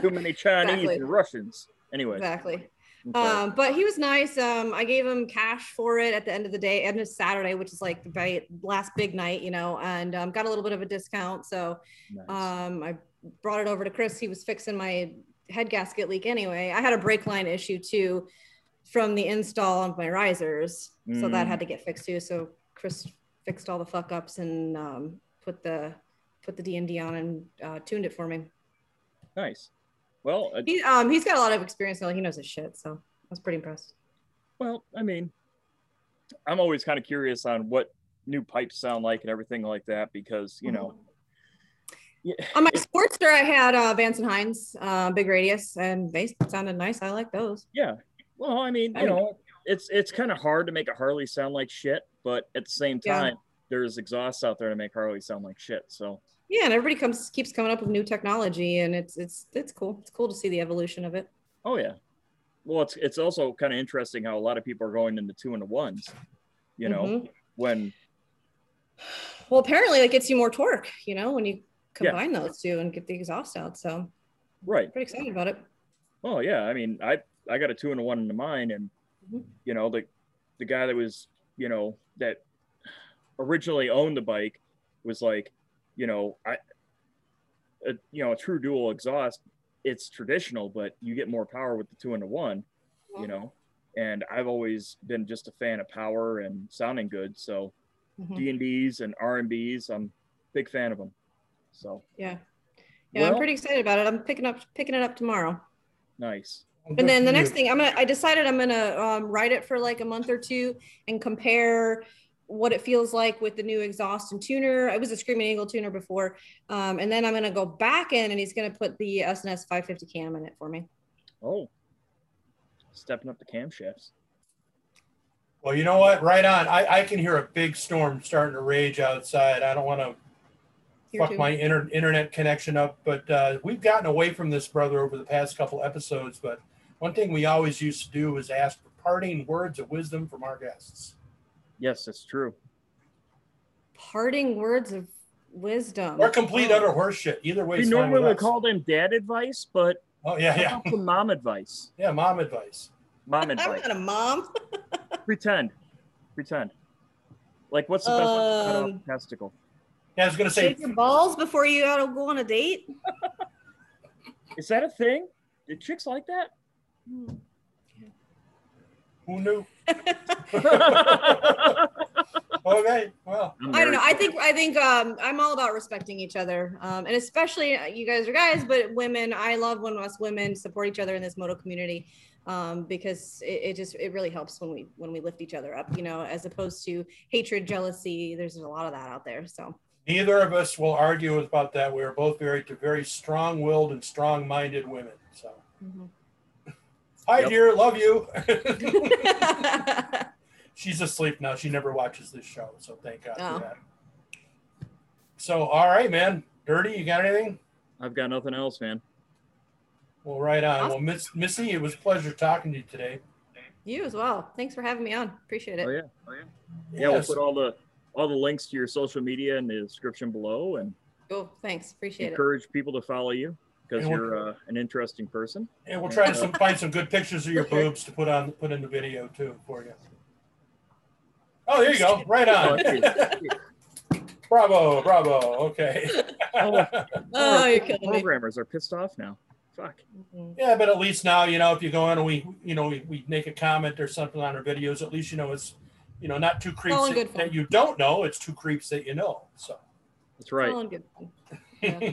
[SPEAKER 4] Too many Chinese
[SPEAKER 5] Exactly.
[SPEAKER 4] and Russians. Anyway.
[SPEAKER 5] exactly.
[SPEAKER 4] I'm sorry.
[SPEAKER 5] Um, but he was nice. Um, I gave him cash for it at the end of the day, end of Saturday, which is like the ba- last big night, you know, and um, got a little bit of a discount. So
[SPEAKER 4] Nice.
[SPEAKER 5] um, I brought it over to Chris. He was fixing my head gasket leak anyway. I had a brake line issue too from the install on my risers, so that
[SPEAKER 4] Mm.
[SPEAKER 5] had to get fixed too. So Chris fixed all the fuck ups and um, put the put the D and D on and uh, tuned it for me.
[SPEAKER 4] Nice. Well, uh,
[SPEAKER 5] He um, he's got a lot of experience. So he knows his shit. So I was pretty impressed.
[SPEAKER 4] well, I mean, I'm always kind of curious on what new pipes sound like and everything like that because you know,
[SPEAKER 5] On my Sportster, I had uh, Vance and Hines, uh, big radius, and they sounded nice. I like those.
[SPEAKER 4] well, I mean, you know, it's it's kind of hard to make a Harley sound like shit, but at the same
[SPEAKER 5] Yeah.
[SPEAKER 4] time, there's exhausts out there to make Harley sound like shit. So
[SPEAKER 5] Yeah, and everybody comes keeps coming up with new technology, and it's it's it's cool. It's cool to see the evolution of it.
[SPEAKER 4] Oh yeah. Well, it's it's also kind of interesting how a lot of people are going into two and the ones, you know,
[SPEAKER 5] Mhm.
[SPEAKER 4] when
[SPEAKER 5] Well, apparently, it gets you more torque. You know, when you
[SPEAKER 4] Yeah.
[SPEAKER 5] combine those two and get the exhaust out. So
[SPEAKER 4] right.
[SPEAKER 5] pretty excited about it.
[SPEAKER 4] Oh yeah. I mean, I I got a two and a one into mine, and
[SPEAKER 5] Mhm.
[SPEAKER 4] you know the the guy that was you know that originally owned the bike was like, you know, I, a, you know, a true dual exhaust. It's traditional, but you get more power with the two and the one, you know. And I've always been just a fan of power and sounding good, so.
[SPEAKER 5] Mhm.
[SPEAKER 4] D and D's and R and B's. I'm a big fan of them. So
[SPEAKER 5] Yeah, yeah, I'm
[SPEAKER 4] Well-
[SPEAKER 5] pretty excited about it. I'm picking up picking it up tomorrow.
[SPEAKER 4] nice.
[SPEAKER 5] and then the next thing i'm gonna i decided i'm gonna um, write it for like a month or two and compare what it feels like with the new exhaust and tuner. I was a Screaming Eagle tuner before. Um, and then I'm going to go back in and he's going to put the SNS 550 cam in it for me.
[SPEAKER 4] Oh, stepping up the camshafts.
[SPEAKER 6] Well, you know what? Right on. I, I can hear a big storm starting to rage outside. I don't want to
[SPEAKER 5] Here
[SPEAKER 6] fuck
[SPEAKER 5] too.
[SPEAKER 6] my inter- internet connection up, but uh, we've gotten away from this, brother, over the past couple episodes. But one thing we always used to do was ask for parting words of wisdom from our guests.
[SPEAKER 4] Yes, that's true.
[SPEAKER 5] Parting words of wisdom.
[SPEAKER 6] Or complete utter horseshit. Either way,
[SPEAKER 4] We
[SPEAKER 6] it's fine with
[SPEAKER 4] Oh. normally would
[SPEAKER 6] us.
[SPEAKER 4] call them dad advice, but
[SPEAKER 6] Oh yeah,
[SPEAKER 4] how
[SPEAKER 6] yeah,
[SPEAKER 4] about some mom advice?
[SPEAKER 6] yeah. Mom advice.
[SPEAKER 4] Mom
[SPEAKER 5] I'm
[SPEAKER 4] advice.
[SPEAKER 5] not a mom.
[SPEAKER 4] Pretend. Pretend. Like, what's the best way to cut off
[SPEAKER 5] Um,
[SPEAKER 4] a testicle?
[SPEAKER 6] Yeah, I was gonna say
[SPEAKER 5] Shake your balls before you gotta go on a date.
[SPEAKER 4] Is that a thing? Do chicks like
[SPEAKER 6] who knew.
[SPEAKER 4] that?
[SPEAKER 6] Okay, well,
[SPEAKER 5] I don't know. I think I think um, I'm all about respecting each other, um, and especially uh, you guys are guys, but women. I love when us women support each other in this moto community um, because it, it just it really helps when we when we lift each other up, you know, as opposed to hatred, jealousy. There's a lot of that out there. So
[SPEAKER 6] neither of us will argue about that. We are both married to very strong-willed and strong-minded women. So,
[SPEAKER 5] Mm-hmm.
[SPEAKER 6] hi,
[SPEAKER 4] Yep.
[SPEAKER 6] dear, love you. She's asleep now. She never watches this show, so thank God.
[SPEAKER 5] Oh.
[SPEAKER 6] For that. So, all right, man. Dirty, you got anything?
[SPEAKER 4] I've got nothing else, man.
[SPEAKER 6] Well, right on. Well, Miss Missy, it was a pleasure talking to you today.
[SPEAKER 5] you as well. Thanks for having me on. Appreciate it.
[SPEAKER 4] Oh, yeah. Yeah,
[SPEAKER 6] Yes.
[SPEAKER 4] we'll put all the all the links to your social media in the description below, and
[SPEAKER 5] Cool. Thanks. Appreciate it.
[SPEAKER 4] encourage people to follow you because
[SPEAKER 6] And we'll-
[SPEAKER 4] you're uh, an interesting person.
[SPEAKER 6] and we'll try to some, find some good pictures of your boobs to put on put in the video too for you. Oh, there you go. Right
[SPEAKER 4] Oh,
[SPEAKER 6] on.
[SPEAKER 4] hey,
[SPEAKER 6] bravo, bravo. Okay.
[SPEAKER 4] all
[SPEAKER 5] Oh,
[SPEAKER 4] our
[SPEAKER 5] you're killing me.
[SPEAKER 4] programmers are pissed off now. Fuck.
[SPEAKER 5] Mhm.
[SPEAKER 6] Yeah, but at least now you know if you go in and we you know we, we make a comment or something on our videos, at least you know it's you know not two creeps
[SPEAKER 5] all in
[SPEAKER 6] that,
[SPEAKER 5] good fun.
[SPEAKER 6] that you don't know, it's two creeps that you know. So
[SPEAKER 4] That's right.
[SPEAKER 5] All in good fun. Yeah.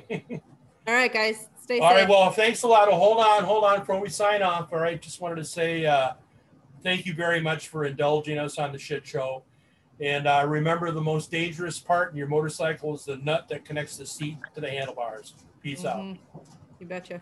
[SPEAKER 5] all right, guys. Stay
[SPEAKER 6] all
[SPEAKER 5] safe.
[SPEAKER 6] right, well thanks a lot. Oh, hold on, hold on before we sign off. All right, just wanted to say uh thank you very much for indulging us on the shit show. And uh, remember the most dangerous part in
[SPEAKER 5] Mm-hmm.
[SPEAKER 6] your motorcycle is the nut that connects the seat to the handlebars. Peace out.
[SPEAKER 5] Mhm. You betcha.